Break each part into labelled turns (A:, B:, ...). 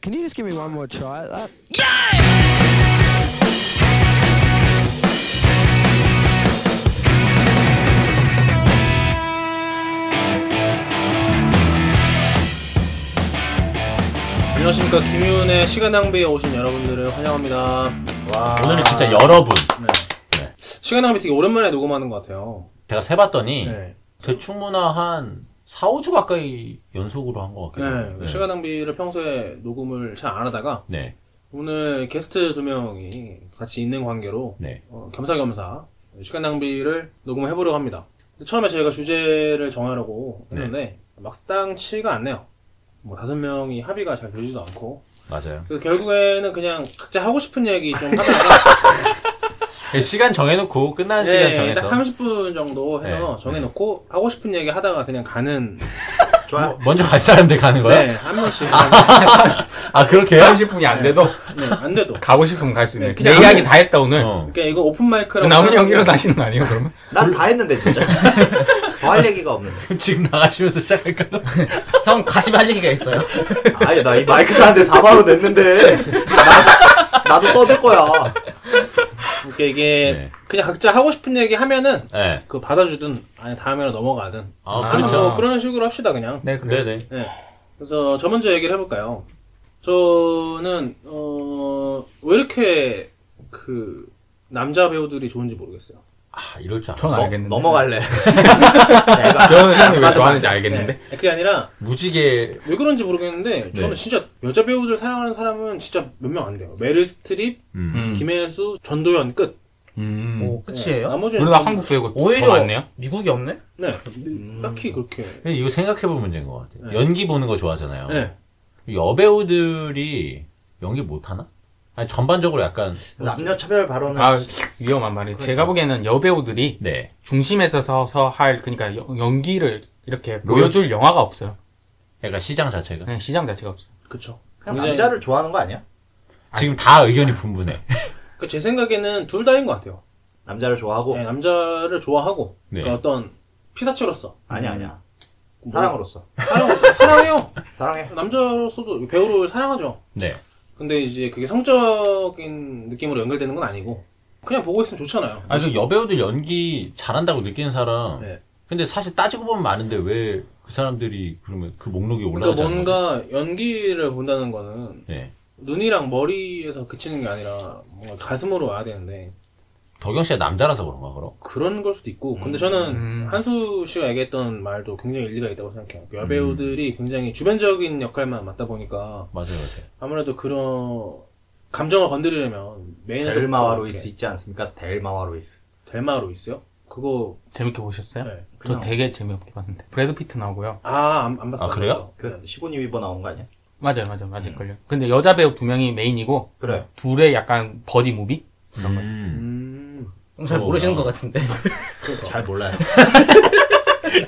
A: Can you just give me one more try at that?
B: 안녕하십니까 김윤의 시간 낭비에 오신 여러분들을 환영합니다. 와
C: 오늘은 진짜 여러분.
B: 네. 시간 낭비 되게 오랜만에 녹음하는 것 같아요.
C: 제가 세봤더니 그
B: 네.
C: 대충 문화 한 4, 5주 가까이 연속으로 한 것
B: 네.
C: 같아요.
B: 시간 낭비를 평소에 녹음을 잘 안 하다가
C: 네.
B: 오늘 게스트 두 명이 같이 있는 관계로
C: 네.
B: 어, 겸사겸사 시간 낭비를 녹음해 을 보려고 합니다. 처음에 저희가 주제를 정하려고 했는데
C: 네.
B: 막상 치가 않네요. 뭐 다섯 명이 합의가 잘 되지도 않고
C: 맞아요.
B: 그래서 결국에는 그냥 각자 하고 싶은 얘기 좀 하다가
C: 예,
B: 네,
C: 시간 정해놓고
B: 예,
C: 끝나는 시간 정해서.
B: 딱 30분 정도 해서
C: 네,
B: 정해놓고 하고 싶은 얘기 하다가 그냥 가는
D: 좋아.
C: 먼저 갈 사람들 가는 거야?
B: 네, 한 명씩
C: 아 그렇게요?
E: 30분이 안 돼도
B: 네, 안 돼도
E: 가고 싶으면 갈 수
B: 네,
E: 있는.
B: 그냥
E: 내 이야기
B: 아무-
E: 다 했다 오늘.
C: 어.
B: 그러니까 이거 오픈 마이크라고
E: 남은
B: 생각하면
E: 형 일어나시는 거 아니에요 그러면?
D: 난 다 했는데 진짜. 더 할 얘기가 없는데.
C: 지금 나가시면서 시작할까요?
F: 형 가시면 할 얘기가 있어요.
D: 아니 나 이 마이크 사는데 4만원 냈는데 나, 나도 떠들 거야.
B: 그러니까 이게
C: 네.
B: 그냥 각자 하고 싶은 얘기 하면은
C: 네.
B: 그 받아주든 아니 다음에는 넘어가든
C: 아,
E: 아,
C: 그렇죠.
B: 뭐 그런 식으로 합시다 그냥
E: 네
C: 네네.
B: 네. 그래서 저 먼저 얘기를 해볼까요 저는 어왜 이렇게 그 남자 배우들이 좋은지 모르겠어요
C: 아 이럴 줄
E: 전
C: 알았어.
E: 알겠는데.
D: 넘어갈래.
E: 저는 형이 왜 좋아하는지 알겠는데.
B: 네. 그게 아니라
C: 무지개.
B: 왜 그런지 모르겠는데 저는
C: 네.
B: 진짜 여자 배우들 사랑하는 사람은 진짜 몇 명 안 돼요 메릴 스트립,
C: 음.
E: 음.
B: 김혜수, 전도연 끝
E: 음.
F: 오
B: 네,
F: 끝이에요?
B: 나머지는
E: 우리가
B: 좀-
E: 한국 배우가
F: 오히려
E: 더 많네요.
F: 미국이 없네?
B: 네 딱히 그렇게
C: 근데 이거 생각해볼 문제인 것 같아요.
B: 네.
C: 연기 보는 거
E: 음.
C: 좋아하잖아요.
B: 네.
C: 여배우들이 연기 못하나? 아니 전반적으로 약간
B: 음.
D: 남녀 차별 발언은
E: 아 위험한 말이. 에요
F: 그러니까.
E: 제가 보기에는 여배우들이
C: 네.
E: 중심에 서서 할 그러니까 여- 연기를 이렇게
C: 로요?
E: 보여줄 영화가 없어요.
C: 약간 시장
B: 네.
C: 자체가
E: 그냥 시장 자체가 없어. 요
B: 그쵸
D: 그냥
B: 굉장히-
D: 남자를 좋아하는 거 아니야?
C: 지금 다 의견이 분분해.
B: 그제 생각에는 둘 다인 것 같아요
D: 남자를 좋아하고
B: 네, 남자를 좋아하고
C: 네.
B: 그러니까 어떤 피사체로서
D: 아니 아니야.
B: 음.
D: 사랑으로서
B: 사랑 사랑해요
D: 사랑해.
B: 남자로서도 배우를 사랑하죠
C: 네.
B: 근데 이제 그게 성적인 느낌으로 연결되는 건 아니고 그냥 보고 있으면 좋잖아요
C: 아니 그 여배우들 연기 잘한다고 느끼는 사람.
B: 네.
C: 근데 사실 따지고 보면 많은데 왜 그 사람들이 그러면 그 목록이 올라가지
B: 그러니까
C: 않는 거죠?
B: 뭔가 연기를 본다는 거는
C: 네.
B: 눈이랑 머리에서 그치는 게 아니라 뭔가 가슴으로 와야 되는데
C: 덕영 씨가 남자라서 그런가 그럼?
B: 그런 걸 수도 있고 근데 저는
E: 음.
B: 한수 씨가 얘기했던 말도 굉장히 일리가 있다고 생각해요
C: 음.
B: 여배우들이 굉장히 주변적인 역할만 맡다 보니까
C: 맞아요, 맞아요.
B: 아무래도 그런 감정을 건드리려면 메인에서
D: 델마와 로이스 있지 않습니까? 델마와 로이스.
B: 델마 로이스요? 그거
E: 재밌게 보셨어요?
B: 네.
E: 저 되게 재미없게 봤는데. 브래드 피트 나오고요.
B: 아안 안 봤어요
C: 아, 그래요?
B: 네.
D: 그 시고니 위버 나온 거 아니야?
E: 맞아요, 맞아요, 맞을걸요. 근데 여자 배우 두 명이 메인이고
D: 그래.
E: 둘의 약간 버디 무비?
C: 음.
B: 음
F: 형 잘
C: 어,
F: 모르시는
C: 어.
F: 것 같은데.
D: 잘 몰라요.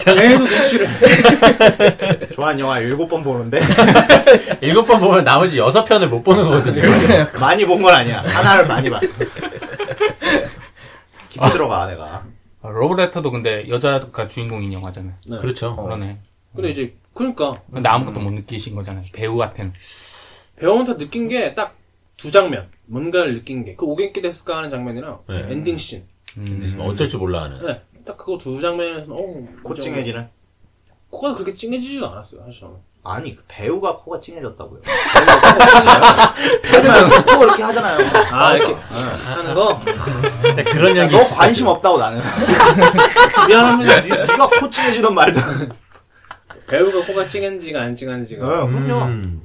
B: 계속 눈치를
D: 좋아하는 영화 7번 보는데
C: 일곱 번 보면 나머지 여섯 편을 못 보는 거거든요.
B: 네.
D: 네. 많이 본 건 아니야. 하나를 많이 봤어. 깊이 들어가 내가.
E: 아, 러브레터도 근데 여자가 주인공인 영화잖아요.
B: 네.
C: 그렇죠.
E: 그러네.
B: 근데 이제 그러니까
E: 근데 아무것도 못 느끼신 거잖아요. 배우한테는.
B: 배우한테 느낀 게 딱 두 장면 뭔가를 느낀 게그 오겐키 데스까 하는 장면이랑
C: 네.
B: 엔딩 씬
C: 그래서 어쩔 줄 몰라 하는.
B: 네. 딱 그거 두 장면에서 어우
D: 곧 찡해지는.
B: 코가 그렇게 찡해지지도 않았어요 사실 저는
D: 아니 그 배우가 코가 찡해졌다고요. 배우가 코가 찡해졌어요. 이렇게 하잖아요.
B: 아 이렇게 하는 거
C: 네, 그런 연기.
D: 너
C: 진짜
D: 관심 없다고 나는.
B: 미안합니다
D: 네, 네가 코 찡해지던 말도.
B: 배우가 코가 찡한지가 안 찡한지가
D: 응, 아, 그럼요.
C: 음.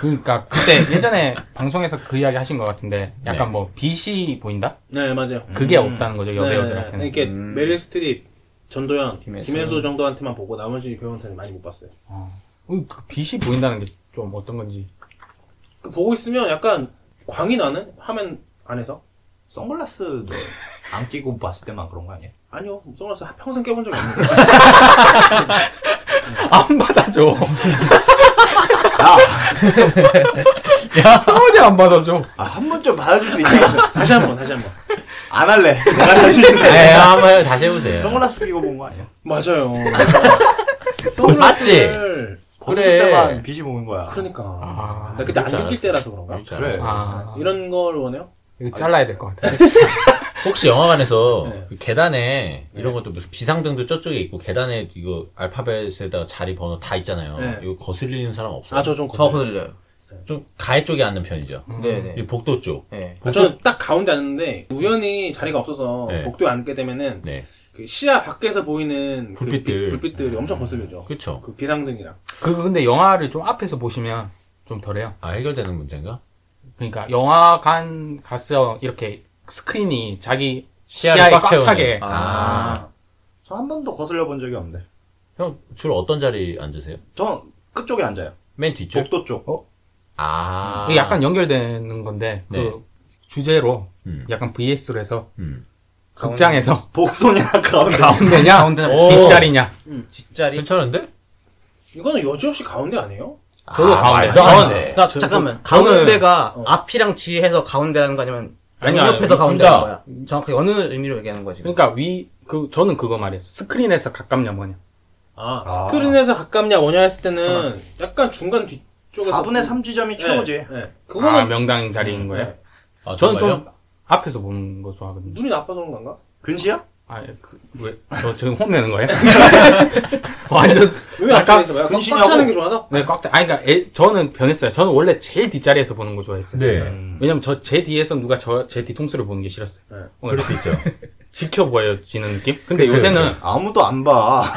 E: 그러니까 그때 예전에 방송에서 그 이야기 하신 것 같은데 약간
C: 네.
E: 뭐 빛이 보인다?
B: 네 맞아요
E: 그게
B: 음.
E: 없다는 거죠,
B: 네,
E: 여배우들한테는.
B: 이렇게 메릴 스트립 전도연
F: 음. 김혜수.
B: 김혜수 정도한테만 보고 나머지 배우한테는 그 많이 못 봤어요
E: 어, 그 빛이 보인다는 게 좀 어떤 건지.
B: 그 보고 있으면 약간 광이 나는 화면 안에서
D: 선글라스 안 끼고 봤을 때만 그런 거 아니야?
B: 아니요 선글라스 평생 깨본 적이 없는데
E: 안 받아줘.
D: 야,
E: 전혀 안 받아줘.
D: 아, 한 번 좀 받아줄 수 있겠어.
B: 다시 한번 다시 한번
D: 안 할래. 내가 자신있는데
C: 네, 한번 다시 해보세요.
D: 선글라스 끼고 본 거 아니야?
B: 맞아요
C: 맞지?
B: 선글라스를
D: 벗을
F: 그래.
D: 때만 빛이 보는 거야.
B: 네. 그러니까.
E: 아,
B: 나 그때 안
C: 그럴 줄
B: 느낄
C: 알았어.
B: 때라서 그런가?
C: 그렇지
D: 그래.
C: 않았어.
E: 아,
B: 이런 걸 원해요?
E: 이거 잘라야 될 것 같아.
C: 혹시 영화관에서
B: 네.
C: 그 계단에
B: 네.
C: 이런 것도 무슨 비상등도 저쪽에 있고 계단에 이거 알파벳에다가 자리 번호 다 있잖아요.
B: 네.
C: 이거 거슬리는 사람 없어요?
B: 아, 저 좀.
F: 저 거슬려요.
C: 좀 가해 쪽에 앉는 편이죠.
E: 음.
F: 네네.
C: 이 복도 쪽.
F: 네.
B: 아, 저는 딱 가운데 앉는데, 우연히 자리가 없어서
C: 네.
B: 복도에 앉게 되면은,
C: 네.
B: 그 시야 밖에서 보이는 그
C: 불빛들.
B: 빛- 불빛들이 엄청 거슬리죠.
C: 그쵸.
B: 그 비상등이랑.
E: 그 근데 영화를 좀 앞에서 보시면 좀 덜해요.
C: 아, 해결되는 문제인가?
E: 그러니까 영화관 가서 이렇게 스크린이 자기
C: 시야를
E: 시야에
C: 꽉
E: 꽉 차게
C: 채우는.
D: 아. 저 한 번도 거슬려 본 적이 없는데.
C: 형, 주로 어떤 자리 앉으세요?
D: 전 끝쪽에 앉아요.
B: 네.
C: 맨 뒤쪽?
D: 복도 쪽.
C: 아.
E: 이게 약간 연결되는 건데 그
C: 네.
E: 주제로
C: 음.
E: 약간 VS로 해서
C: 음.
E: 극장에서
D: 복도냐 가운데.
E: 가운데냐
C: 오.
E: 뒷자리냐
F: 뒷자리.
C: 괜찮은데?
B: 이거는 여지없이 가운데 아니에요?
E: 저도
C: 아,
E: 가운데.
C: 말도 안 돼.
F: 그러니까
E: 저-
F: 잠깐만.
E: 저는-
F: 가운데가
B: 어.
F: 앞이랑 뒤에서 가운데 하는 거 아니면
E: 아니, 아니,
F: 옆에서
C: 둘
F: 가운데
C: 다.
F: 하는 거야. 정확히 어느 의미로 얘기하는 거지?
E: 그러니까 위 그 저는 그거 말이었어 스크린에서 가깝냐 뭐냐
B: 아,
D: 아.
B: 스크린에서 가깝냐, 뭐냐 했을 때는, 약간 중간 뒤쪽에서.
D: 4분의 3지점이 최고지.
B: 네, 네.
E: 아
B: 그거는.
E: 명당 자리인 거예요
B: 네.
C: 아,
E: 저는
C: 정말요?
E: 좀 앞에서 보는 거 좋아하거든요 아,
B: 눈이 나빠서 그런 건가?
D: 근시야?
E: 아그왜저 지금 혼내는 거예요 완전
B: 왜
E: 약간
B: 앞쪽에서 봐요? 꽉
D: 근신하고-
B: 차는 게 좋아서?
E: 네꽉짜 아니 그러니까 애- 저는 변했어요 저는 원래 제일 뒷자리에서 보는 거 좋아했어요
C: 네.
E: 왜냐면 저 제 뒤에서 누가 저 제 뒤통수를 보는 게 싫었어요
B: 네.
E: 어,
C: 그럴 수 있죠.
E: 지켜보여지는 느낌 근데
C: 그렇죠. 그쵸,
E: 요새는
D: 아무도 안 봐.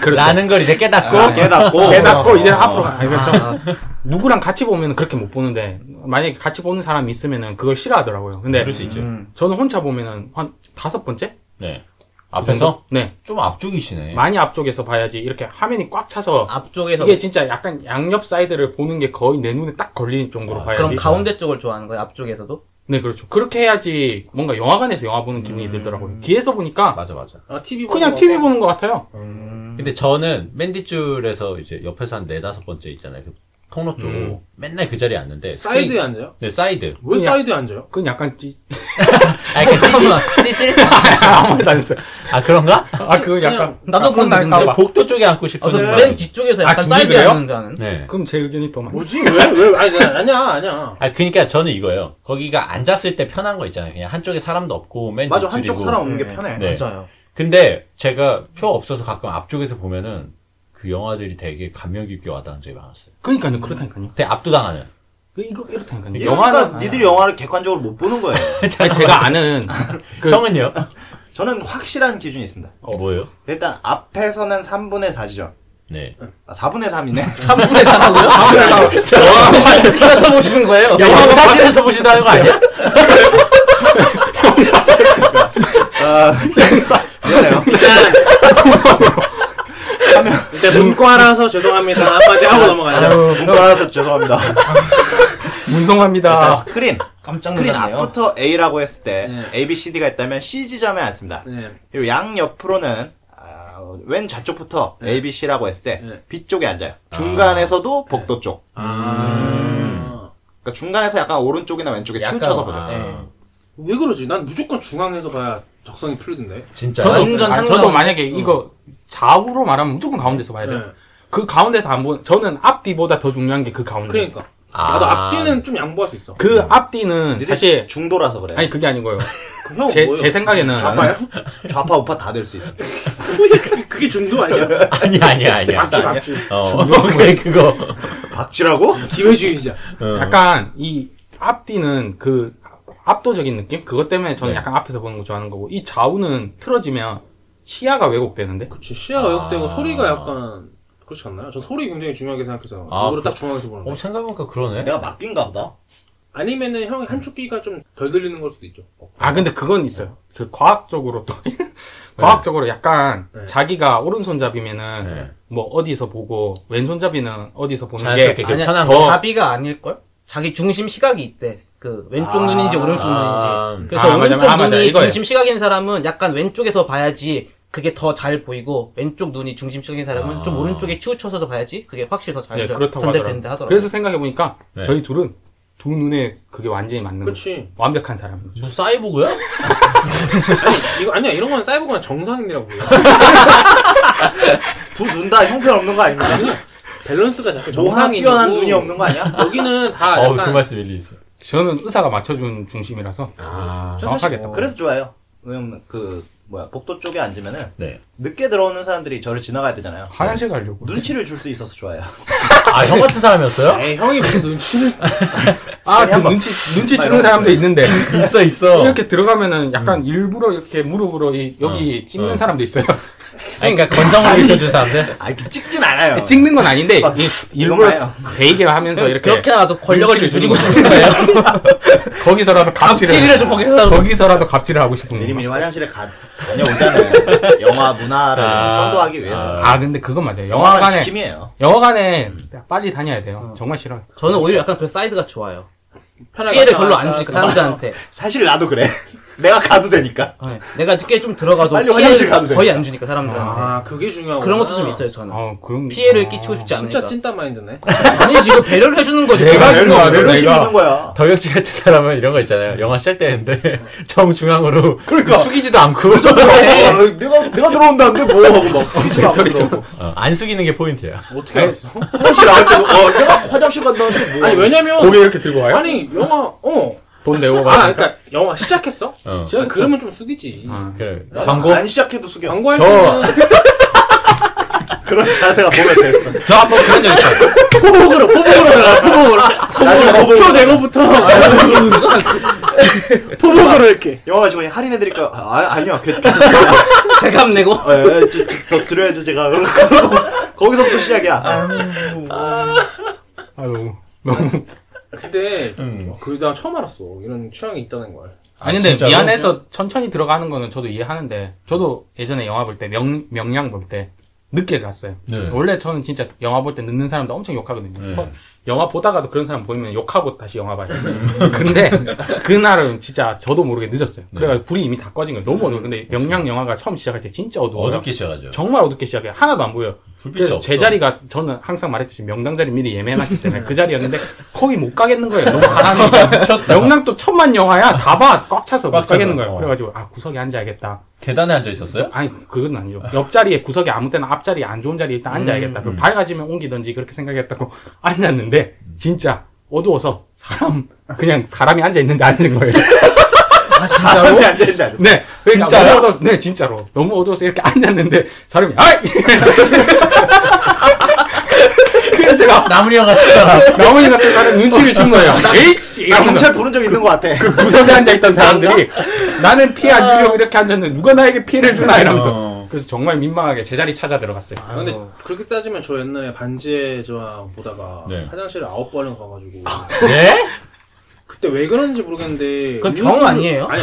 E: 그렇죠
F: 라는 걸 이제 깨닫고
D: 꼭 아, 깨닫고.
E: 대답고 이제
D: 어.
E: 앞으로 가. 아니, 그렇죠. 누구랑 같이 보면 그렇게 못 보는데 만약에 같이 보는 사람이 있으면은 그걸 싫어하더라고요. 근데
C: 그럴 수 있죠.
E: 저는 혼자 보면은 한 다섯 번째?
C: 네.
E: 그 정도?
C: 앞에서?
E: 네.
C: 좀 앞쪽이시네.
E: 많이 앞쪽에서 봐야지 이렇게 화면이 꽉 차서
F: 아, 앞쪽에서
E: 이게 진짜 약간 양옆 사이드를 보는 게 거의 내 눈에 딱 걸리는 정도로
C: 아,
E: 봐야지.
F: 그럼 가운데 쪽을 좋아하는 거야. 앞쪽에서도.
E: 네, 그렇죠. 그렇게 해야지 뭔가 영화관에서 영화 보는 기분이 들더라고요. 뒤에서 보니까
C: 맞아, 맞아.
B: 아, TV 보는
E: 그냥
B: 거.
E: TV 보는 것 같아요.
C: 근데 저는 맨 뒷줄에서 이제 옆에서 한 네다섯 번째 있잖아요. 그 통로 쪽. 맨날 그 자리에 앉는데.
B: 사이드에
C: 스크린-
B: 앉아요?
C: 네, 사이드.
B: 왜
E: 그냥-
B: 사이드에 앉아요?
E: 그건 약간 찌,
F: 아, 이렇게 찌질? 찌질?
E: 그 아무 말도 안 했어요.
C: 아, 그런가?
E: 아, 그건 약간.
F: 나도 그런
E: 혼날까
F: 느낌인데.
E: 봐.
C: 복도 쪽에 앉고
F: 어,
C: 싶은데.
F: 저맨 뒤쪽에서
E: 아,
F: 약간
E: 둘이
F: 사이드
E: 그래요?
F: 하는다는.
C: 네.
E: 그럼 제 의견이 또 맞네.
B: 뭐지? 왜? 왜? 아니, 나- 아니야, 아니야.
C: 아, 그니까 저는 이거예요. 거기가 앉았을 때 편한 거 있잖아요. 그냥 한쪽에 사람도 없고, 맨
D: 맞아,
C: 뒷줄이고.
D: 한쪽 사람 없는 게
F: 네.
D: 편해.
C: 네.
F: 맞아요.
C: 근데 제가 표 없어서 가끔 앞쪽에서 보면은 그 영화들이 되게 감명 깊게 와닿은 적이 많았어요.
E: 그러니까요, 그렇다니까요.
C: 되게 압도당하는.
E: 그- 이거 이렇다니까요.
D: 그러니까
E: 영화는
D: 니들이 영화를 객관적으로 못 보는 거예요.
E: 아니, 제가 아는 그-
C: 형은요?
D: 저는 확실한 기준이 있습니다.
C: 어, 뭐예요?
D: 일단 앞에서는 3분의 4지점.
C: 네.
D: 아, 4분의 3이네.
F: 3분의 3하고요?
D: 3분의 3.
F: 살아서 보시는 거예요?
C: 영화 사실에서 보신다는 거 아니야?
D: 아, 미안해요.
B: 이제 문과라서 죄송합니다. 한마디 하고 넘어가자.
D: 문과 알아서 죄송합니다. 일단
E: 문성화입니다.
D: 스크린.
F: 깜짝
D: 스크린
F: 놀랐네요.
D: 앞부터 A라고 했을 때
B: 네.
D: A, B, C, D가 있다면 C 지점에 앉습니다.
B: 네.
D: 그리고 양 옆으로는 아, 왼 좌쪽부터 A, B, C라고 했을 때
B: 네.
D: B 쪽에 앉아요. 중간에서도 복도 쪽.
B: 아.
D: 그러니까 중간에서 약간 오른쪽이나 왼쪽에
F: 약간,
D: 춤춰서 보죠.
C: 아,
F: 네.
B: 왜 그러지? 난 무조건 중앙에서 봐야 적성이 풀리던데.
C: 진짜.
E: 저도,
F: 완전
E: 아,
F: 한강.
E: 저도 만약에 이거 좌우로 말하면 무조건 가운데서 봐야 돼요.
B: 네.
E: 그 가운데서 안 보는, 저는 앞뒤보다 더 중요한 게 그 가운데.
B: 그러니까.
C: 아.
B: 나도 앞뒤는 좀 양보할 수 있어.
E: 그 앞뒤는
D: 니들
E: 사실,
D: 중도라서 그래.
E: 아니, 그게 아니고요.
B: 그 형,
E: 제,
B: 뭐예요?
E: 제 생각에는.
D: 좌파요? 좌파 우파 다 될 수 있어.
B: 그게 중도 아니야?
C: 아니야, 아니야, 아니야.
B: 막주, 막주.
C: 어, 오케이, 그거.
D: 박쥐라고?
B: 기회주의자.
E: 약간, 이 앞뒤는 그 압도적인 느낌? 그것 때문에 저는
C: 네.
E: 약간 앞에서 보는 거 좋아하는 거고, 이 좌우는 틀어지면 시야가 왜곡되는데?
B: 그치. 시야가 역되고
C: 아.
B: 소리가 약간, 그렇지 않나요? 전 소리 굉장히 중요하게 생각해서.
C: 아,
B: 이거를 딱
C: 그-
B: 중앙에서 보는
C: 어,
B: 거.
C: 생각해보니까 그러네.
D: 내가 맡긴가 보다.
B: 아니면은 형이 한쪽 귀가 좀 덜 들리는 걸 수도 있죠. 어,
E: 아 근데 그건 있어요. 그 과학적으로 또 과학적으로 약간
B: 네.
E: 자기가 오른손잡이면은
C: 네.
E: 뭐 어디서 보고 왼손잡이는 어디서 보는
C: 자연스럽게
E: 게
C: 이렇게
F: 아니야,
C: 편한
E: 더-
F: 자비가 아닐걸? 자기 중심 시각이 있대. 그, 왼쪽
D: 아.
F: 눈인지 오른쪽
C: 아.
F: 눈인지. 그래서
E: 아, 맞아,
F: 오른쪽
E: 아, 맞아.
F: 눈이
E: 이거예요.
F: 중심 시각인 사람은 약간 왼쪽에서 봐야지 그게 더 잘 보이고, 왼쪽 눈이 중심 시각인 사람은
C: 아.
F: 좀 오른쪽에 치우쳐서 봐야지 그게 확실히 더 잘
E: 예, 그렇다고
F: 전달된다
E: 하더라고요.
F: 하더라고.
E: 그래서 생각해 보니까
C: 네.
E: 저희 둘은 두 눈에 그게 완전히 맞는 거죠.
B: 그렇지.
E: 완벽한 사람.
C: 뭐, 사이보그야?
B: 이거 아니야. 이런 건 사이버가 정상인이라고. 불러.
D: 두 눈 다 형편 없는 거 아닙니까?
B: 밸런스가 자꾸
D: 뭐 하나
B: 정상이
D: 뛰어난 눈이 없는 거 아니야?
B: 여기는 다
C: 어우, 그
B: 약간
C: 말씀 일리 있어.
E: 저는 의사가 맞춰준 중심이라서
C: 아.
D: 저 사실
E: 정확하겠다.
D: 그래서 좋아요. 왜냐면 그 뭐야 복도 쪽에 앉으면은
C: 네.
D: 늦게 들어오는 사람들이 저를 지나가야 되잖아요.
E: 화장실 가려고.
D: 눈치를 줄 수 있어서 좋아요.
C: 아, 형 같은 사람이었어요?
B: 에이 형이 무슨 눈치를
E: 아,
D: 아니,
E: 그
D: 한번
E: 눈치, 눈치
D: 막
E: 주는
D: 이런
E: 사람도
D: 거.
E: 있는데.
C: 있어, 있어. 아니,
E: 이렇게 들어가면은 약간 일부러 이렇게 무릎으로 이, 여기 찍는
C: 어.
E: 사람도 있어요.
C: 그러니까 건성을 비춰준
F: 네,
C: 사람들?
D: 아 찍진 않아요.
E: 찍는 건 아닌데,
D: 아,
E: 이-
D: 이런
E: 일부러
D: 거예요.
E: 베이게 하면서 이렇게.
F: 그렇게나마도 권력을 좀
E: 눈치를
F: 줄이고
E: 주는
F: 싶은 거예요.
E: 거기서라도 갑질을.
F: 갑질을 좀 거기서 하고.
E: 거기서라도 갑질을 하고 싶은 거.
D: 미리미리 화장실에 가, 다녀오잖아요. 영화 문화를
C: 아,
D: 선도하기 위해서.
E: 아, 근데 그건 맞아요.
D: 영화관
E: 영화관에,
D: 지킴이에요.
E: 영화관에 빨리 다녀야 돼요. 정말 싫어요.
F: 저는 오히려 약간 그 사이드가 좋아요.
B: 편하게
F: 피해를
B: 왔다
F: 별로
B: 갔다
F: 안 주니까
B: 하고.
F: 사람들한테.
D: 사실 나도 그래. 내가 가도 되니까.
E: 아.
F: 네. 내가 늦게 좀 들어가도
D: 빨리 화장실
F: 피해를
D: 가도 돼.
F: 거의 안 주니까 사람들한테.
B: 아 그게 중요하고
F: 그런 것도 좀 있어요 그러니까. 저는.
E: 아, 그럼.
F: 피해를
E: 아.
F: 끼치고 싶지 않으니까.
B: 진짜 찐따 마인드네
F: 아니지 이거 배려를 해주는 거지.
E: 내가
D: 내로-
E: 준 거야, 내가.
D: 내로심 있는 거야.
C: 덕역지 같은 사람은 이런 거 있잖아요. 영화 시작되는데, 정중앙으로.
D: 그러니까.
C: 숙이지도 않고.
D: 어, 내가 내가 들어온다는데 뭐 하고 막 스위치 안 들어오고.
C: 어, 안 숙이는 게 포인트야.
B: 어떻게 알았어
D: 화장실 안 들어. 어, 내가 화장실 간다는데 뭐.
B: 아니 왜냐면
E: 고개 이렇게 들고 와요?
B: 아니 영화 어
E: 돈 내고
B: 아,
E: 가니까.
B: 그러니까 영화 시작했어?
C: 어.
B: 아, 그러면 좀 숙이지.
C: 그래.
D: 나는
C: 광고?
D: 안 시작해도 숙여.
B: 광고할
E: 저-
B: 때는
D: 그런 자세가 보면 됐어.
C: 저 한 번 그런 적 있어요.
B: 포복으로 포복으로 해라, 포복으로
D: 나중에
B: 포복으로 표
D: 보고
B: 내고부터 포복으로 이렇게.
D: 영화 중에 할인해 드릴까요? 아, 아, 아니요. 괜- 괜찮아요.
F: 제감 내고.
D: 예, 예, 좀 더 드려야죠 제가. 그러고 거기서부터 시작이야.
E: 아유, 너무.
B: 근데
C: 음.
B: 그게 나 처음 알았어. 이런 취향이 있다는 걸.
E: 아니 근데
C: 진짜로?
E: 미안해서 천천히 들어가는 거는 저도 이해하는데 저도 예전에 영화 볼 때 명, 명량 볼 때 늦게 갔어요.
C: 네.
E: 원래 저는 진짜 영화 볼 때 늦는 사람도 엄청 욕하거든요.
C: 네.
E: 서- 영화 보다가도 그런 사람 보이면 욕하고 다시 영화 봐요.
C: 음.
E: 근데 그날은 진짜 저도 모르게 늦었어요.
C: 네.
E: 그래가지고 불이 이미 다 꺼진 거예요. 너무 어두워. 근데 명량 영화가 처음 시작할 때 진짜 어두워요.
C: 어둡게 시작하죠.
E: 정말 어둡게 시작해요. 하나도 안 보여요.
C: 뭐. 불빛이
E: 그래서
C: 없어.
E: 제 자리가 저는 항상 말했듯이 명당 자리 미리 예매해놨기 때문에 그 자리였는데 거기 못 가겠는 거예요. 너무 사람이
C: 미쳤다.
E: 명랑 또 천만 영화야 다 봐 꽉 차서
C: 꽉
E: 못 가겠는
C: 차서,
E: 거예요.
C: 어.
E: 그래가지고 아 구석에 앉아야겠다.
C: 계단에 앉아 있었어요?
E: 아니 그건 아니죠. 옆자리에 구석에 아무 때나 앞자리 안 좋은 자리 에 일단 앉아야겠다. 그럼 밝아지면 옮기든지 그렇게 생각했다고 앉았는데 진짜 어두워서 사람 그냥 사람이 앉아 있는데 앉은 거예요. 아
D: 사람이 앉아 있는데.
E: 네,
D: 진짜요?
E: 진짜로. 네, 진짜로. 너무 어두워서 이렇게 앉았는데 사람이 아이. 그래서 제가
C: 나무리 형 같은 사람.
E: 나머지 같은 사람 눈치를 준 거예요. 에이,
D: 나 경찰 부른 적 있는 것 같아.
E: 그 구석에 앉아 있던 사람들이 나는 피해 안 주려고 이렇게 앉았는데 누가 나에게 피해를 주나 이러면서
C: 어.
E: 그래서 정말 민망하게 제자리 찾아 들어갔어요.
B: 아, 근데 그렇게 따지면 저 옛날에 반지의 제왕 보다가
C: 네.
B: 화장실을 아홉 번을 가가지고
C: 네?
B: 그때 왜 그런지 모르겠는데
F: 그건 병
B: 음료수를-
F: 아니에요?
B: 아니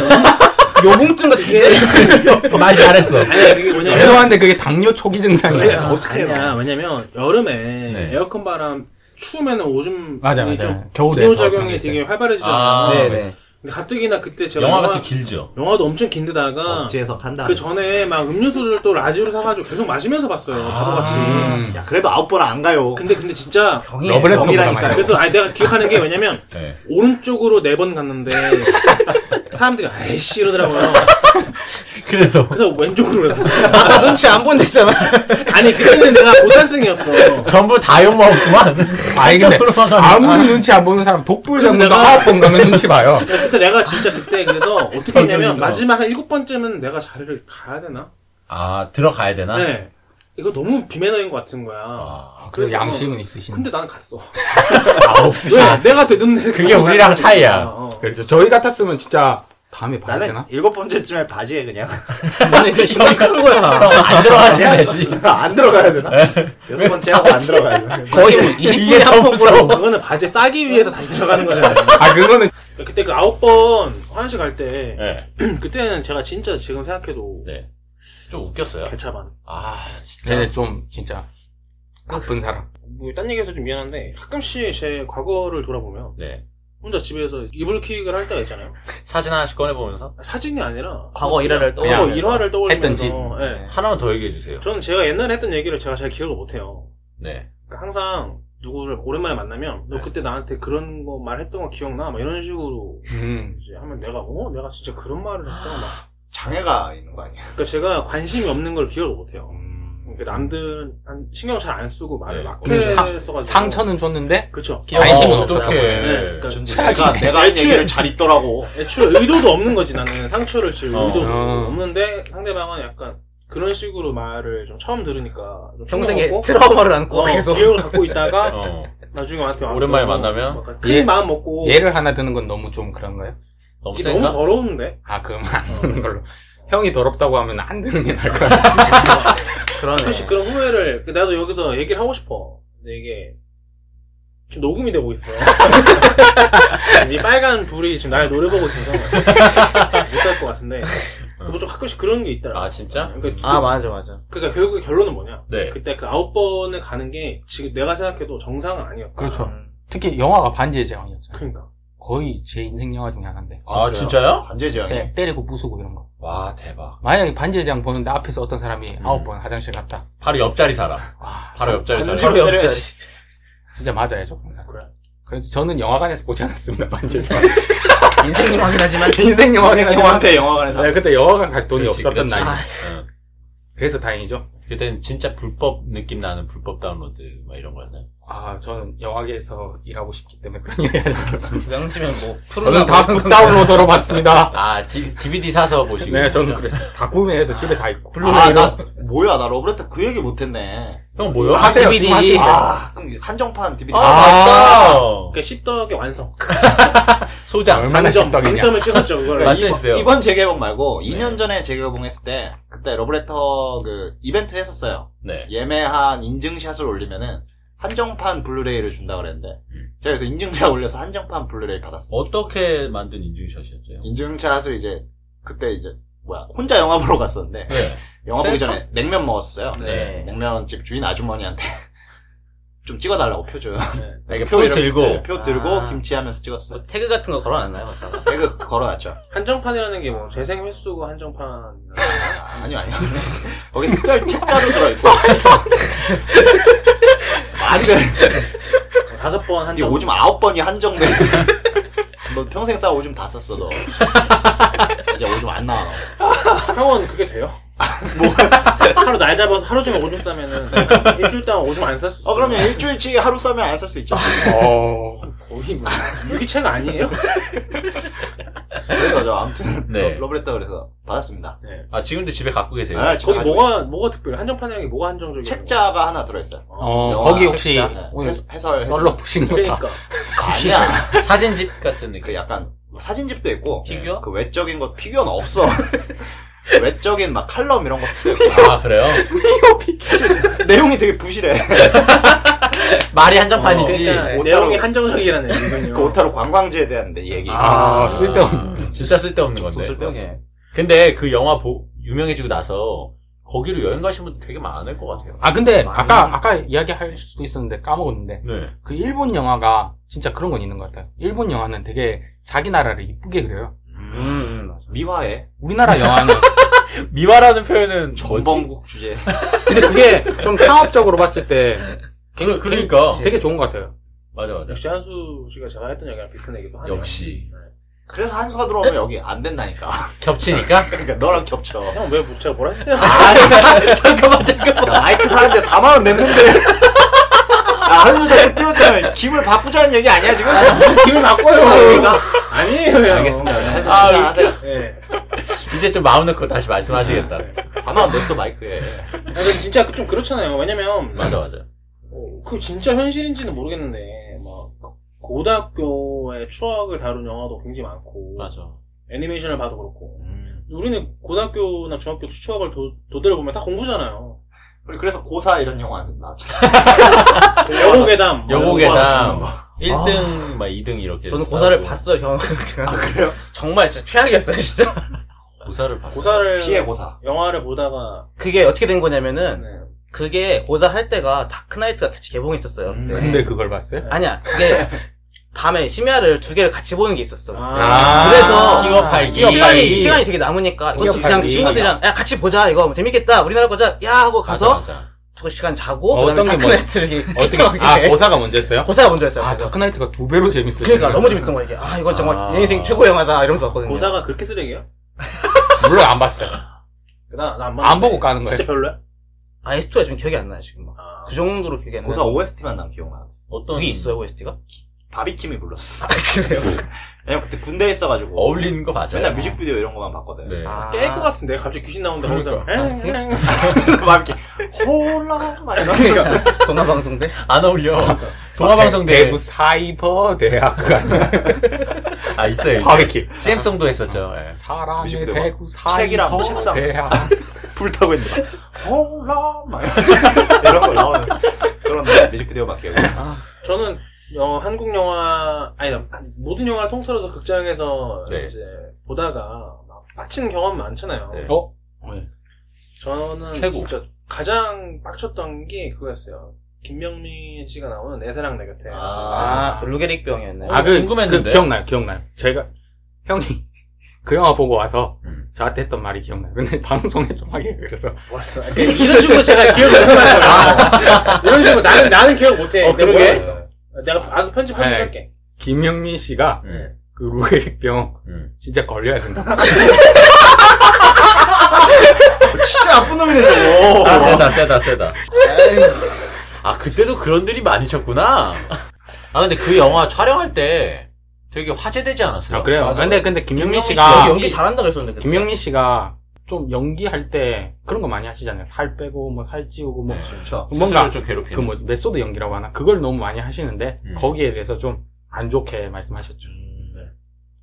F: 요붕증 같은 게.
E: 예.
C: 말 잘했어.
B: 아니 이게 뭐냐면
E: 죄송한데 그게 당뇨 초기 증상이에요.
D: 아, 어떻게 해요?
B: 아니야 왜냐면 여름에
C: 네.
B: 에어컨 바람 추우면은 오줌
E: 맞아
B: 이게
E: 맞아.
B: 좀
E: 겨울에
B: 이뇨작용이
E: 더
B: 되게
C: 아,
B: 활발해지잖아.
C: 네.
F: 네네.
B: 근데 가뜩이나 그때 제가
C: 영화가 또 길죠.
B: 영화도 엄청 긴데다가
D: 억지에서 간다.
B: 그 전에 막 음료수를 또 라지오로 사가지고 계속 마시면서 봤어요 바보같이.
E: 음.
D: 야, 그래도 아홉 번 안 가요.
B: 근데 근데 진짜
F: 병이.
E: 러브레터보다
D: 병이라니까.
E: 많이.
B: 그래서 아니 내가 기억하는 게 왜냐면
C: 네.
B: 오른쪽으로 네 번 갔는데 사람들이 아이씨 이러더라고요.
C: 그래서
B: 그래서 왼쪽으로 갔어.
F: 아까 눈치 안 본댔잖아.
B: 아니 그때는 내가 고등학생이었어.
C: 전부 다 욕먹었구만.
E: 아니 근데
C: 한쪽으로만 가면-
E: 아무리 눈치 안 보는 사람 독불
B: 그래서
E: 정도
B: 내가-
E: 아홉 번 가면 눈치 봐요.
B: 그때 내가 진짜 그때 그래서 어떻게 했냐면 마지막 한 일곱 번째면 내가 자리를 가야 되나?
C: 아, 들어가야 되나?
B: 네. 이거 너무 비매너인 것 같은 거야.
C: 아,
E: 그리고 양심은 있으신.
B: 근데 나는 갔어.
E: 아 없으신.
B: 왜? 내가 되는데
C: 그게 우리랑 차이야.
B: 어.
E: 그렇죠. 저희 같았으면 진짜 다음에 봐야
D: 나는
E: 되나?
D: 일곱 번째쯤에 바지에 그냥
F: 너네 그 심각한 거야.
C: 안 들어가시면 되지.
D: 안 들어가야 되나?
C: 네.
D: 여섯 번째 하고 안 들어가야 돼.
F: 거의
C: 이게
F: 20분에
C: 더
F: 한
C: 무서워.
F: 폭으로.
B: 그거는 바지에 싸기 위해서 다시 들어가는 거잖아요. 그러니까
E: 아 그거는
B: 그때 그 아홉 번 화장실 갈 때,
C: 네.
B: 그때는 제가 진짜 지금 생각해도
C: 네. 좀 웃겼어요.
B: 개차반.
C: 아, 진짜.
E: 쟤네 좀 진짜 나쁜 사람.
B: 뭐, 딴 얘기해서 좀 미안한데, 가끔씩 제 과거를 돌아보면,
C: 네.
B: 혼자 집에서 이불킥을 할 때가 있잖아요.
C: 사진 하나씩 꺼내보면서
B: 사진이 아니라,
F: 과거
B: 그냥
F: 일화를
B: 과거
F: 떠올리면서 네.
B: 일화를
E: 했던
B: 떠올리면서.
E: 짓.
B: 예.
C: 하나만 더 얘기해주세요.
B: 저는 제가 옛날에 했던 얘기를 제가 잘 기억을 못해요.
C: 네.
B: 그러니까 항상, 누구를 오랜만에 만나면, 너
C: 네.
B: 그때 나한테 그런 거 말했던 거 기억나? 막 이런 식으로
E: 음.
B: 이제 하면 내가, 어? 내가 진짜 그런 말을 했어? 막.
D: 장애가 있는 거 아니야?
B: 그러니까 제가 관심이 없는 걸 기억을 못해요. 그 남들 한 신경 잘 안 쓰고 말을
C: 네.
B: 막
E: 오늘 사-
B: 써가지고
E: 상처는 줬는데
B: 그쵸.
E: 관심은 없었다.
C: 어떻게?
B: 네, 그러니까
D: 내가 내가 한 얘기를 잘 있더라고.
B: 애초에 의도도 없는 거지 나는 상처를 줄
C: 어.
B: 의도도
E: 어.
B: 없는데 상대방은 약간 그런 식으로 말을 좀 처음 들으니까 좀
F: 평생에
B: 충격받고
F: 트라우마를 안고
B: 어,
F: 계속
B: 기억을 갖고 있다가
C: 어.
B: 나중에 나한테 와서
C: 오랜만에
B: 뭐
C: 만나면?
B: 약간 큰
E: 예.
B: 마음 먹고
E: 예를 하나 드는 건 너무 좀 그런가요?
C: 너무
B: 이게 너무
C: 센가?
B: 더러운데
E: 아 그럼 안 드는 걸로. 형이 더럽다고 하면 안 드는 게 나을 것 같아.
F: 그러네.
B: 사실 그런 후회를 나도 여기서 얘기를 하고 싶어 근데 이게 지금 녹음이 되고 있어 이 빨간 불이 지금 나의 노래 보고 있어서 못할 것 같은데 뭐좀 가끔씩 그런 게 있더라
C: 아 진짜?
B: 그러니까
F: 아 맞아 맞아.
B: 그러니까 결국에 결론은 뭐냐
C: 네.
B: 그때 그 아홉 번을 가는 게 지금 내가 생각해도 정상은 아니었다.
E: 그렇죠. 특히 영화가 반지의 제왕이었잖아요.
B: 그러니까.
E: 거의 제 인생 영화 중에 하나인데. 네,
C: 아,
D: 그래요?
C: 진짜요?
D: 반지의 제왕이.
E: 때, 때리고 부수고 이런 거.
C: 와 대박.
E: 만약에 반지의 제왕 보는데 앞에서 어떤 사람이 아홉 번 화장실 갔다.
C: 바로 옆자리 사람.
E: 와,
C: 바로 옆자리 사람.
F: 반지로
D: 때려야지.
F: 옆자리.
E: 진짜 맞아야죠, 항상.
B: 그래.
E: 그래서 저는 영화관에서 보지 않았습니다, 반지의 제왕.
F: 인생님 확인하지만
E: 인생 영화관에
D: 형한테 영화관에서
E: 네, 그때 영화관 갈 돈이
C: 그렇지,
E: 없었던
C: 그렇지. 아.
E: 나이.
C: 응.
E: 그래서 다행이죠.
C: 그때는 진짜 불법 느낌 나는 불법 다운로드 막 이런 거였나요?
E: 아, 저는 영화계에서 일하고 싶기 때문에 그런 얘기 안 하겠습니다.
F: 명심해 뭐
E: 저는
F: 프로나
E: 다
F: 뭐 이런 거.
E: 다운로더로 봤습니다.
C: 아 디, DVD 사서 보시고.
E: 네, 저는 그랬어요. 다 구매해서 집에 다 있고.
D: 아, 나, 뭐야, 나 로브레타 그 얘기 못했네.
C: 형 뭐요?
E: 하세요,
F: DVD.
E: 지금 하세요.
D: 아, 그럼 한정판 DVD.
C: 아, 맞다.
B: 그러니까 씹덕의 완성.
C: 소장.
E: 얼마나
B: 반점,
E: 씹덕이냐.
B: 반점을 찍었죠, 그걸.
C: 맞- 네, 말씀해주세요. 네.
D: 이번, 이번 재개봉 말고 2년 전에 재개봉했을 때 그때 러브레터 그 이벤트 했었어요.
C: 네.
D: 예매한 인증샷을 올리면은 한정판 블루레이를 준다 그랬는데
C: 음.
D: 제가 그래서 인증샷 올려서 한정판 블루레이 받았어요.
C: 어떻게 만든 인증샷이었어요?
D: 인증샷을 이제 그때 이제 뭐야 혼자 영화 보러 갔었는데
C: 네.
D: 영화 보기
C: 셀카?
D: 전에 냉면 먹었어요.
C: 네.
D: 냉면집 주인 아주머니한테 좀 찍어달라고 표 줘요.
C: 이렇게
D: 그래서
C: 표
D: 이렇게-
C: 들고.
D: 네, 표 들고
F: 아.
D: 김치 하면서 찍었어요.
F: 뭐 태그 같은 거 걸어놨나요? 갖다가?
D: 배그 걸어놨죠.
B: 한정판이라는 게 뭐, 재생 횟수고 한정판. 뭐
D: 아, 아니요, 아니요. 거기 특별 책자도 들어있고. 안돼.
B: 다섯 번
D: 니
B: 한정.
D: 오줌 아홉 번이 한정돼 있어. 너 평생 싸 오줌 다 쌌어 너. 이제 오줌 안 나와.
B: 형은 그게 돼요? 뭐, 하루 날 잡아서 하루 종일 오줌 싸면은, 일주일 동안 오줌 안 쌌어.
D: 어 그러면 일주일치 하루 싸면 안 쌀 수 있죠.
E: 어,
B: 거의 뭐, 유기체가 아니에요?
D: 그래서 저 아무튼
C: 네.
D: 러- 러브레터 그래서 받았습니다.
B: 네.
C: 아 지금도 집에 갖고 계세요?
D: 아, 지금
B: 거기
D: 가지고
B: 뭐가, 뭐가 특별해? 한정판이라는 게 뭐가 한정적이야?
D: 그 책자가 하나 들어있어요.
E: 어,
D: 영화
E: 거기 혹시
D: 책자. 네.
E: 오늘
D: 해설- 해설
E: 썰러 보신 거 다.
B: 그러니까.
D: 아니야.
C: 그- 사진집 같은 느낌.
D: 그 약간 뭐 사진집도 있고
C: 피규어?
D: 그 외적인 거 피규어는 없어. 외적인 막 칼럼 이런 것도 있고
C: 아 그래요?
D: 내용이 되게 부실해.
C: 말이 한정판이지.
F: 어,
B: 그러니까
D: 옷자루.
B: 내용이 한정적이라는 얘기군요.
D: 뭐 그 오타로 관광지에 대한 내 얘기.
E: 아, 쓸데없는.
C: 진짜 쓸데없는
D: 좀
C: 건데.
D: 쓸데없어.
C: 근데 그 영화 보, 유명해지고 나서 거기로 여행 가신 분들 되게 많을 것 같아요.
E: 아, 근데 아까, 아까 이야기할 수도 있었는데 까먹었는데.
C: 네.
E: 그 일본 영화가 진짜 그런 건 있는 것 같아요. 일본 영화는 되게 자기 나라를 이쁘게 그려요.
F: 음, 맞아.
D: 미화해.
E: 우리나라 영화는
C: 네. 미화라는 표현은 뭐지?
D: 전범국 주제.
E: 근데 그게 좀 상업적으로 봤을 때
C: 그,
F: 어.
C: 그러니까.
E: 되게 좋은 것 같아요.
C: 맞아, 맞아.
B: 역시 한수 씨가 제가 했던 얘기랑 비슷한 얘기도 하네요.
C: 역시.
D: 그래서 한수가 들어오면 여기 안 된다니까.
C: 겹치니까?
D: 그러니까 너랑 겹쳐. 야,
B: 형, 왜 제가 뭐라 했어요?
D: 아,
C: 잠깐만, 잠깐만.
D: 마이크 사는데 4만원 냈는데. 야, 한수 자꾸 띄워주면 김을 바꾸자는 얘기 아니야, 지금?
B: 기분 바꿔요. 우리가. 아니에요. 형.
D: 알겠습니다. 한수
C: 아,
D: 진짜 하세요.
B: 예.
C: 이제 좀 마음 놓고 다시 말씀하시겠다.
D: 4만원 냈어, 마이크에.
B: 아, 근데 진짜 좀 그렇잖아요. 왜냐면
C: 맞아, 맞아.
B: 어, 그 진짜 현실인지는 모르겠는데 막 고등학교의 추억을 다룬 영화도 굉장히 많고
C: 맞아.
B: 애니메이션을 봐도 그렇고
D: 음.
B: 우리는 고등학교나 중학교 추억을 도, 도대로 보면 다 공부잖아요.
D: 우리 그래서 고사 이런 영화 안 나왔죠.
B: 여고괴담. 뭐.
C: 여고괴담
D: 뭐.
C: 1등, 막 2등 이렇게.
F: 아, 저는 고사를
C: 따고.
F: 봤어요 형. 제가
D: 아, 그래요?
F: 정말 진짜 최악이었어요 진짜.
C: 고사를 봤어.
B: 고사를
D: 피해 고사.
B: 영화를 보다가
F: 그게 어떻게 된 거냐면은
B: 네.
F: 그게 고사 할 때가 다크나이트가 같이 개봉했었어요.
D: 음.
F: 그때.
E: 근데 그걸 봤어요?
F: 아니야 그게 밤에 심야를 두 개를 같이 보는 게 있었어.
B: 아.
F: 그래서
C: 끼워 팔기.
F: 시간이 시간이 되게 남으니까 이거
E: 기억하기.
F: 그냥 친구들이랑 야 같이 보자 이거 뭐 재밌겠다 우리나라 거자 야 하고
C: 맞아,
F: 가서
C: 맞아.
F: 두 시간 자고
E: 어,
F: 그다음에
E: 어떤 게 먼저-
F: 다크나이트를 이렇게
E: 어떻게, 아,
F: 아,
E: 고사가 먼저였어요?
F: 고사가 먼저였어요.
E: 아,
F: 그래서.
E: 다크나이트가 두 배로 재밌어요.
F: 그러니까 너무 재밌던 거야 이게. 아 이건 정말
C: 아.
F: 내 인생 최고 영화다 이러면서 봤거든요.
B: 고사가 그렇게 쓰레기야?
E: 물론 안 봤어요.
B: 나안 네.
E: 안 보고 까는 거예요.
B: 진짜 별로야?
F: 아예 스토리가 지금 기억이 안 나요, 지금 막.
B: 아,
F: 그 정도로 기억이 안 나요.
D: 고사 OST만 난 기억나.
C: 어떤
F: 여기 있어요, OST가?
D: 바비킴이 불렀어.
F: 그래요?
D: 왜냐면 그때 군대에 있어가지고.
C: 어울리는 거 맞아요.
D: 맨날 뮤직비디오 이런 거만 봤거든.
C: 네.
F: 아.
B: 깰 것 같은데 갑자기 귀신 나온다 그러니까. 항상
D: 막 이렇게, 홀라! 막 이런 거.
F: 그러니까 동화방송대?
C: 안 어울려. 동화방송대
E: 대구 사이버 대학 그 아니야?
C: 아 있어요.
E: 바비킴.
C: CM송도 했었죠. 예.
E: 사랑의
D: 뮤직비디오 막
E: 대구 사이버
D: 책이랑 뭐 책상.
E: 대학.
D: 불타고 있는데
B: 아.
D: 막, 홀라! 막 이런 거 나오는 그런 네, 뮤직비디오 막 기억나.
B: 저는 어, 한국 영화 아니 모든 영화를 통틀어서 극장에서
C: 네.
B: 이제 보다가 막 빡치는 경험 많잖아요.
C: 네.
E: 어?
B: 예. 저는
C: 최고.
B: 진짜 가장 빡쳤던 게 그거였어요. 김명민 씨가 나오는 내 사랑 내 곁에.
F: 아, 루게릭 병이었나요?
E: 아, 그,
C: 궁금했는데.
E: 그 기억나요, 기억나요. 제가, 형이 그 영화 보고 와서
C: 음.
E: 저한테 했던 말이 기억나요. 근데 방송에 좀 하게 그래서. 네.
B: 뭐였어? 그러니까 이런 식으로 제가 기억을 못할
E: 아.
B: 거예요. 이런 식으로 나는 나는 기억 못해.
C: 어,
B: 내가
C: 그러게.
B: 뭐라 그랬어? 네. 내가 알아서 편집 편집
E: 네.
B: 할게.
E: 김영민 씨가
C: 음.
E: 그 루게릭병
C: 음.
E: 진짜 걸려야 된다.
D: 진짜 나쁜 놈이네, 저거.
C: 아 세다 세다 세다. 아 그때도 그런 들이 많이 쳤구나. 아 근데 그 영화 촬영할 때 되게 화제되지 않았어요?
E: 아, 그래요?
C: 맞아.
E: 근데, 근데
C: 김영민
E: 김영민
C: 씨
E: 씨가,
F: 아, 연기 잘한다 그랬었는데. 그때.
E: 김영민 씨가 좀 연기할 때 그런 거 많이 하시잖아요. 살 빼고, 뭐, 살 찌우고, 뭐.
C: 네.
D: 그렇죠.
E: 뭔가
C: 스스로를 좀 괴롭히는.
E: 그
B: 예.
E: 뭐, 메소드 연기라고 하나? 그걸 너무 많이 하시는데,
C: 음.
E: 거기에 대해서 좀 안 좋게 말씀하셨죠.
B: 음.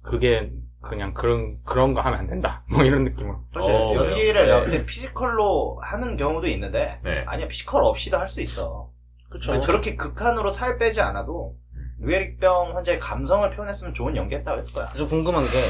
E: 그게 그냥 그런, 그런 거 하면 안 된다. 뭐 이런 느낌으로.
D: 사실
C: 어,
D: 연기를
C: 왜요?
D: 그냥 피지컬로 하는 경우도 있는데
C: 네.
D: 아니야 피지컬 없이도 할 수 있어.
B: 그렇죠.
D: 그렇게 극한으로 살 빼지 않아도 루게릭병 환자의 감성을 표현했으면 좋은 연기했다고 했을 거야.
F: 저 궁금한 게,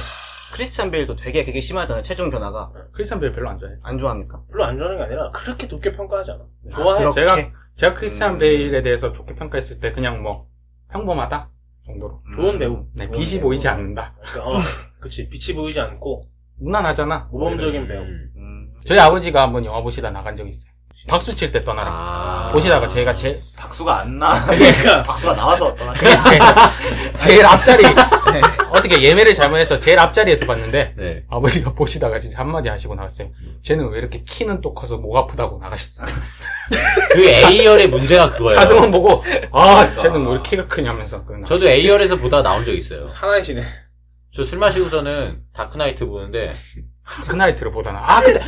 F: 크리스찬 베일도 되게 그게 심하잖아요. 체중 변화가.
E: 크리스찬 벨 별로 안 좋아해요.
F: 안 좋아합니까?
B: 별로 안 좋아하는 게 아니라 그렇게 높게 평가하지 않아. 좋아해.
F: 그렇게.
E: 제가- 제가 크리스찬
F: 음.
E: 베일에 대해서 좋게 평가했을 때 그냥 뭐 평범하다 정도로
B: 음. 좋은 배우.
E: 네,
B: 좋은
E: 빛이
B: 배우.
E: 보이지 않는다
B: 그러니까, 어, 그치. 빛이 보이지 않고
E: 무난하잖아
B: 모범적인 배우.
C: 음.
D: 음,
E: 저희 아버지가 한번 영화 보시다 나간 적이 있어요 박수 칠 때 떠나라
C: 아.
E: 보시다가 제가 제,
D: 박수가 안 나.
B: 그러니까
D: 박수가 나와서 떠나.
E: 그게 제- 제일 앞자리
B: 네.
E: 어떻게 예매를 잘못해서 제일 앞자리에서 봤는데
C: 네.
E: 아버지가 보시다가 진짜 한마디 하시고 나갔어요
C: 음.
E: 쟤는 왜 이렇게 키는 또 커서 목 아프다고 나가셨어요
C: 그 A열의 문제가 그거예요.
E: 자승원 보고 아 쟤는 왜 이렇게 키가 크냐면서 그러나.
C: 저도 A열에서 보다 나온 적 있어요.
B: 사나이시네.
C: 저 술 마시고서는 다크나이트 보는데
E: 다크나이트를 보다나 아 근데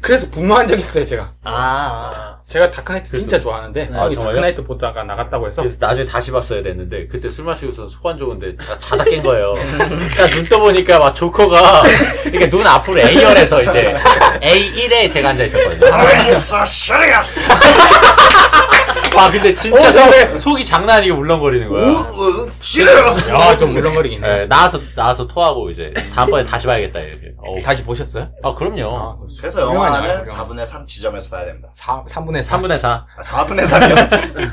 E: 그래서 분노한 적 있어요 제가
F: 아,
B: 아,
E: 제가 다크나이트 진짜 좋아하는데
C: 아,
E: 형이
C: 정말요?
E: 다크나이트 보다가 나갔다고 해서
C: 그래서 나중에 다시 봤어야 됐는데 그때 술 마시고서 속안 좋은데 자, 자다 깬 거예요. 딱 눈 떠보니까 막 조커가 그러니까 눈 앞으로 A열에서 이제 A1에 제가 앉아 있었거든요.
D: 알겠어, 셔리가스.
B: 아.
C: 와 어, 근데 진짜 속, 속이 장난 아니게 울렁거리는 거야.
D: 셔리가스.
E: 야좀 울렁거리긴 해.
C: 네, 나와서 나와서 토하고 이제 다음번에 다시 봐야겠다 이렇게. 어우,
E: 다시 보셨어요?
C: 아 그럼요.
D: 그래서
E: 유명한
D: 영화는
E: 영화죠.
D: 4분의 3 지점에서 봐야 됩니다.
E: 4, 3분의 3.
C: 3분의 4.
D: 아, 4분의 3이요?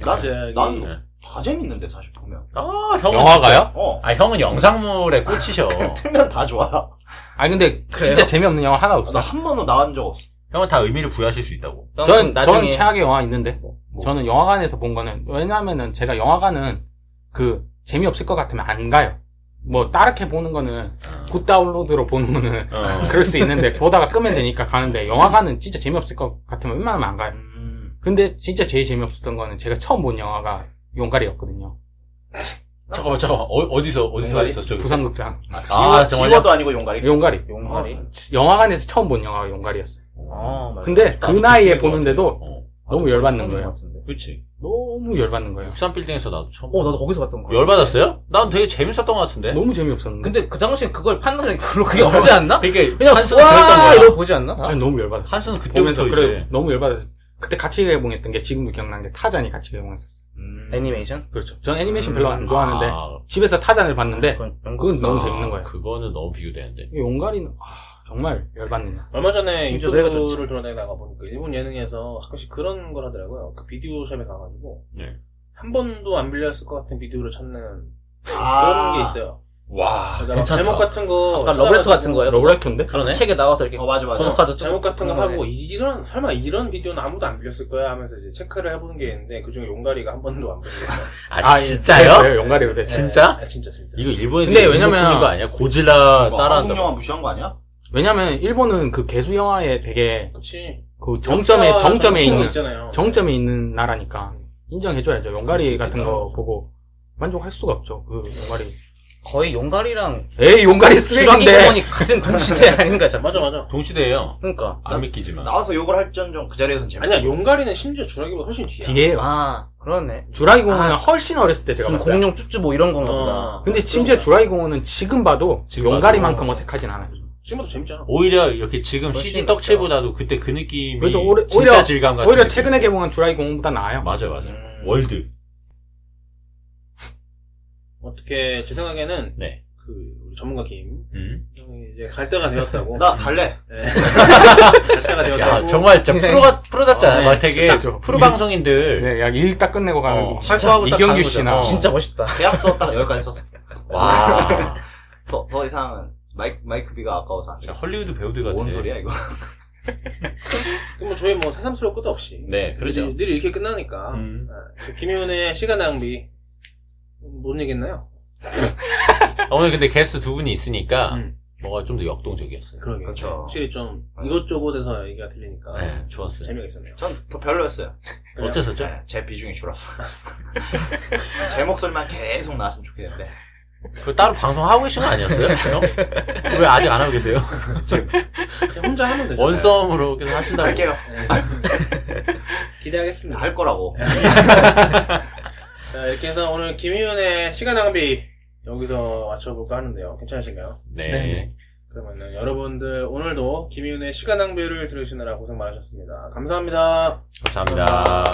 B: 갑자기.
D: 난다 재밌는데 사실 보면.
C: 아 형은 진짜-
D: 어.
C: 아 형은 영상물에 꽂히셔.
D: 틀면 다 좋아.
E: 아니 근데
F: 그래요?
E: 진짜 재미없는 영화 하나 없어.
D: 나 한 번도 나온 적 없어.
C: 형은 다 의미를 부여하실 수 있다고.
E: 전,
F: 저는 그 나중에
E: 전 최악의 영화 있는데
D: 뭐.
E: 저는 영화관에서 본 거는 왜냐하면은 제가 영화관은 그 재미없을 것 같으면 안 가요. 뭐 따르게 보는 거는
C: 아.
E: 굿 다운로드로 보는 거는
C: 어.
E: 그럴 수 있는데 보다가 끄면 되니까 가는데 영화관은 진짜 재미없을 것 같으면 웬만하면 안 가요.
D: 음.
E: 근데 진짜 제일 재미없었던 거는 제가 처음 본 영화가 용가리였거든요.
C: 잠깐만 잠깐만 어, 어디서 어디서
D: 용가리?
C: 있었죠?
E: 부산극장.
C: 아, 정말요?
D: 키워도 아니고 용가리.
E: 용가리. 어,
F: 용가리.
E: 영화관에서 처음 본 영화가 용가리였어요.
C: 어.
F: 맞아.
E: 근데 그
C: 나도
E: 나이에
C: 처음 본것
E: 보는데도
C: 같아. 어.
E: 너무 열받는 거예요.
C: 그렇지.
E: 너무 열받는 거예요.
C: 국산 빌딩에서 나도 처음.
F: 어, 나도 거기서 봤던 거야.
C: 열받았어요? 난 되게 재밌었던 것 같은데.
E: 너무 재미없었는데.
F: 근데 그 당시에 그걸 판단하는 게 별로 그게 없지 않나?
C: 되게
F: 그냥
C: 한숨 그러니까 그랬던 거야.
F: 이러고 보지 않나?
E: 아, 아니, 너무 열받았어.
C: 한숨 그때부터
E: 보면서 예. 그래
C: 이제
E: 너무 열받았어. 그때 같이 개봉했던 게 지금도 기억나는 게 타잔이 같이 개봉했었어.
D: 음.
F: 애니메이션?
E: 그렇죠. 전 애니메이션
F: 음,
E: 별로 안 좋아하는데
C: 아,
E: 집에서 타잔을 봤는데
F: 그건
E: 네. 그건 너무
C: 아,
E: 재밌는 거예요.
C: 그거는 너무 비교되는데.
E: 이 용가리는 아, 정말 열받네요.
B: 얼마 전에
F: 심지어 내가
B: 인터뷰를 돌아다니다가 보니까 일본 예능에서 가끔씩 그런 걸 하더라고요. 그 비디오 샵에 가가지고.
C: 네.
B: 한 번도 안 빌렸을 것 같은 비디오를 찾는
D: 아.
B: 그런 게 있어요.
C: 와
B: 그러니까 막 제목 같은 거.
F: 약간 러브레터 같은 거예요?
E: 러브라이트인데?
C: 그러네.
F: 책에 나와서 이렇게
D: 어, 맞아, 맞아.
F: 번역하듯 쓰고
B: 제목 같은 거
F: 그런 거네.
B: 하고 이런 설마 이런 비디오는 아무도 안 빌렸을 거야 하면서 이제 체크를 해보는 게 있는데 그중에 용가리가 한 번도 안 빌렸어요.
C: 아, 진짜요?
E: 됐어요. 예, 용가리로 됐어요. 예.
C: 진짜?
B: 네, 진짜 진짜.
C: 이거 일본에
E: 근데 왜냐면-
C: 거 아니야? 고질라
D: 뭐 한국
C: 따라한다고.
D: 영화 무시한 거 아니야?
E: 왜냐면 일본은 그 개수 영화에 되게
B: 그렇지.
E: 그 정점에
B: 역사
E: 정점에
B: 전통이
E: 있는
B: 있잖아요.
E: 정점에 있는 나라니까 인정해줘야죠. 용가리 같은 거 보고 만족할 수가 없죠. 그 용가리.
F: 거의 용가리랑
E: 에이 용가리
F: 주방기공원이 같은 동시대
E: 네,
F: 아닌가 자
B: 맞아 맞아.
C: 동시대예요.
F: 그러니까
D: 나-
C: 안 믿기지만.
D: 나와서 욕을 할전좀 그 자리에서는 재밌
B: 아니야 용가리는 심지어 주라기보다 훨씬 뒤야.
E: 뒤에
F: 아 그러네
E: 주라기 공원은
F: 아,
E: 훨씬 어렸을 때 제가
F: 무슨
E: 봤어요.
F: 공룡 쭈쭈 뭐 이런 건가 보다
B: 어.
E: 근데 심지어 주라기 공원은 지금 봐도
C: 지금
E: 용가리만큼
C: 봐도.
E: 어색하진 않아요.
B: 지금도 재밌잖아.
C: 오히려 이렇게 지금
F: 훨씬
C: CG
F: 낫죠.
C: 떡칠보다도 그때 그 느낌이
E: 그렇죠. 오히려-
C: 진짜
E: 오히려-
C: 질감 같은
E: 오히려
C: 느낌.
E: 최근에 개봉한 주라기 공원보다 나아요.
C: 맞아요, 맞아요.
F: 음.
C: 월드.
B: 어떻게 제 생각에는
C: 네.
B: 그 우리 전문가 김
C: 음.
B: 형이 이제 갈 때가
C: 어.
B: 되었다고.
D: 나 갈래.
B: 네. 갈 때가 되었다고.
C: 야, 정말 진짜
E: 뭐-
F: 굉장히-
C: 프로가 프로답지 않아요?
B: 네,
C: 막 되게
E: 진짜죠.
C: 프로 방송인들
E: 네, 약일딱 끝내고 가는
C: 어,
E: 거.
C: 활동하고 딱 가는
E: 이경규
C: 거죠.
E: 씨나
C: 어.
F: 진짜 멋있다
D: 계약서 딱 여기까지 썼어.
C: 와,
D: 더, 더 이상은 마이크, 마이크비가 아까워서 안
C: 진짜
D: 찍었어.
C: 헐리우드 배우들 같아.
D: 뭔 소리야 이거?
B: 그럼 뭐 저희 뭐 새삼스러울 것도 없이.
C: 네, 그러죠.
B: 늘, 늘 이렇게 끝나니까.
C: 음.
B: 아, 김희훈의 시간 낭비. 뭔 얘기했나요?
C: 아, 오늘 근데 게스트 두 분이 있으니까
B: 음.
C: 뭐가 좀 더 역동적이었어요.
B: 그러게.
D: 그렇죠.
B: 확실히 좀
D: 네.
B: 이것저것에서 얘기가 들리니까.
C: 네, 좋았어요.
B: 재미가 있었네요.
D: 전 더 별로였어요.
B: 그래요?
C: 어째서죠?
D: 네, 제 비중이 줄었어. 제 목소리만 계속 나왔으면 좋겠는데.
C: 그 따로 방송 하고 계신 거 아니었어요? 형? 왜 아직 안 하고 계세요?
B: 그냥 혼자 하면
C: 네.
B: 되죠.
C: 원썸으로 계속 하신다고.
D: 할게요.
B: 네, 기대하겠습니다.
D: 할 거라고.
B: 자, 이렇게 해서 오늘 김희윤의 시간 낭비 여기서 맞춰볼까 하는데요. 괜찮으신가요?
C: 네.
B: 그러면은 여러분들 오늘도 김희윤의 시간 낭비를 들으시느라 고생 많으셨습니다. 감사합니다.
C: 감사합니다.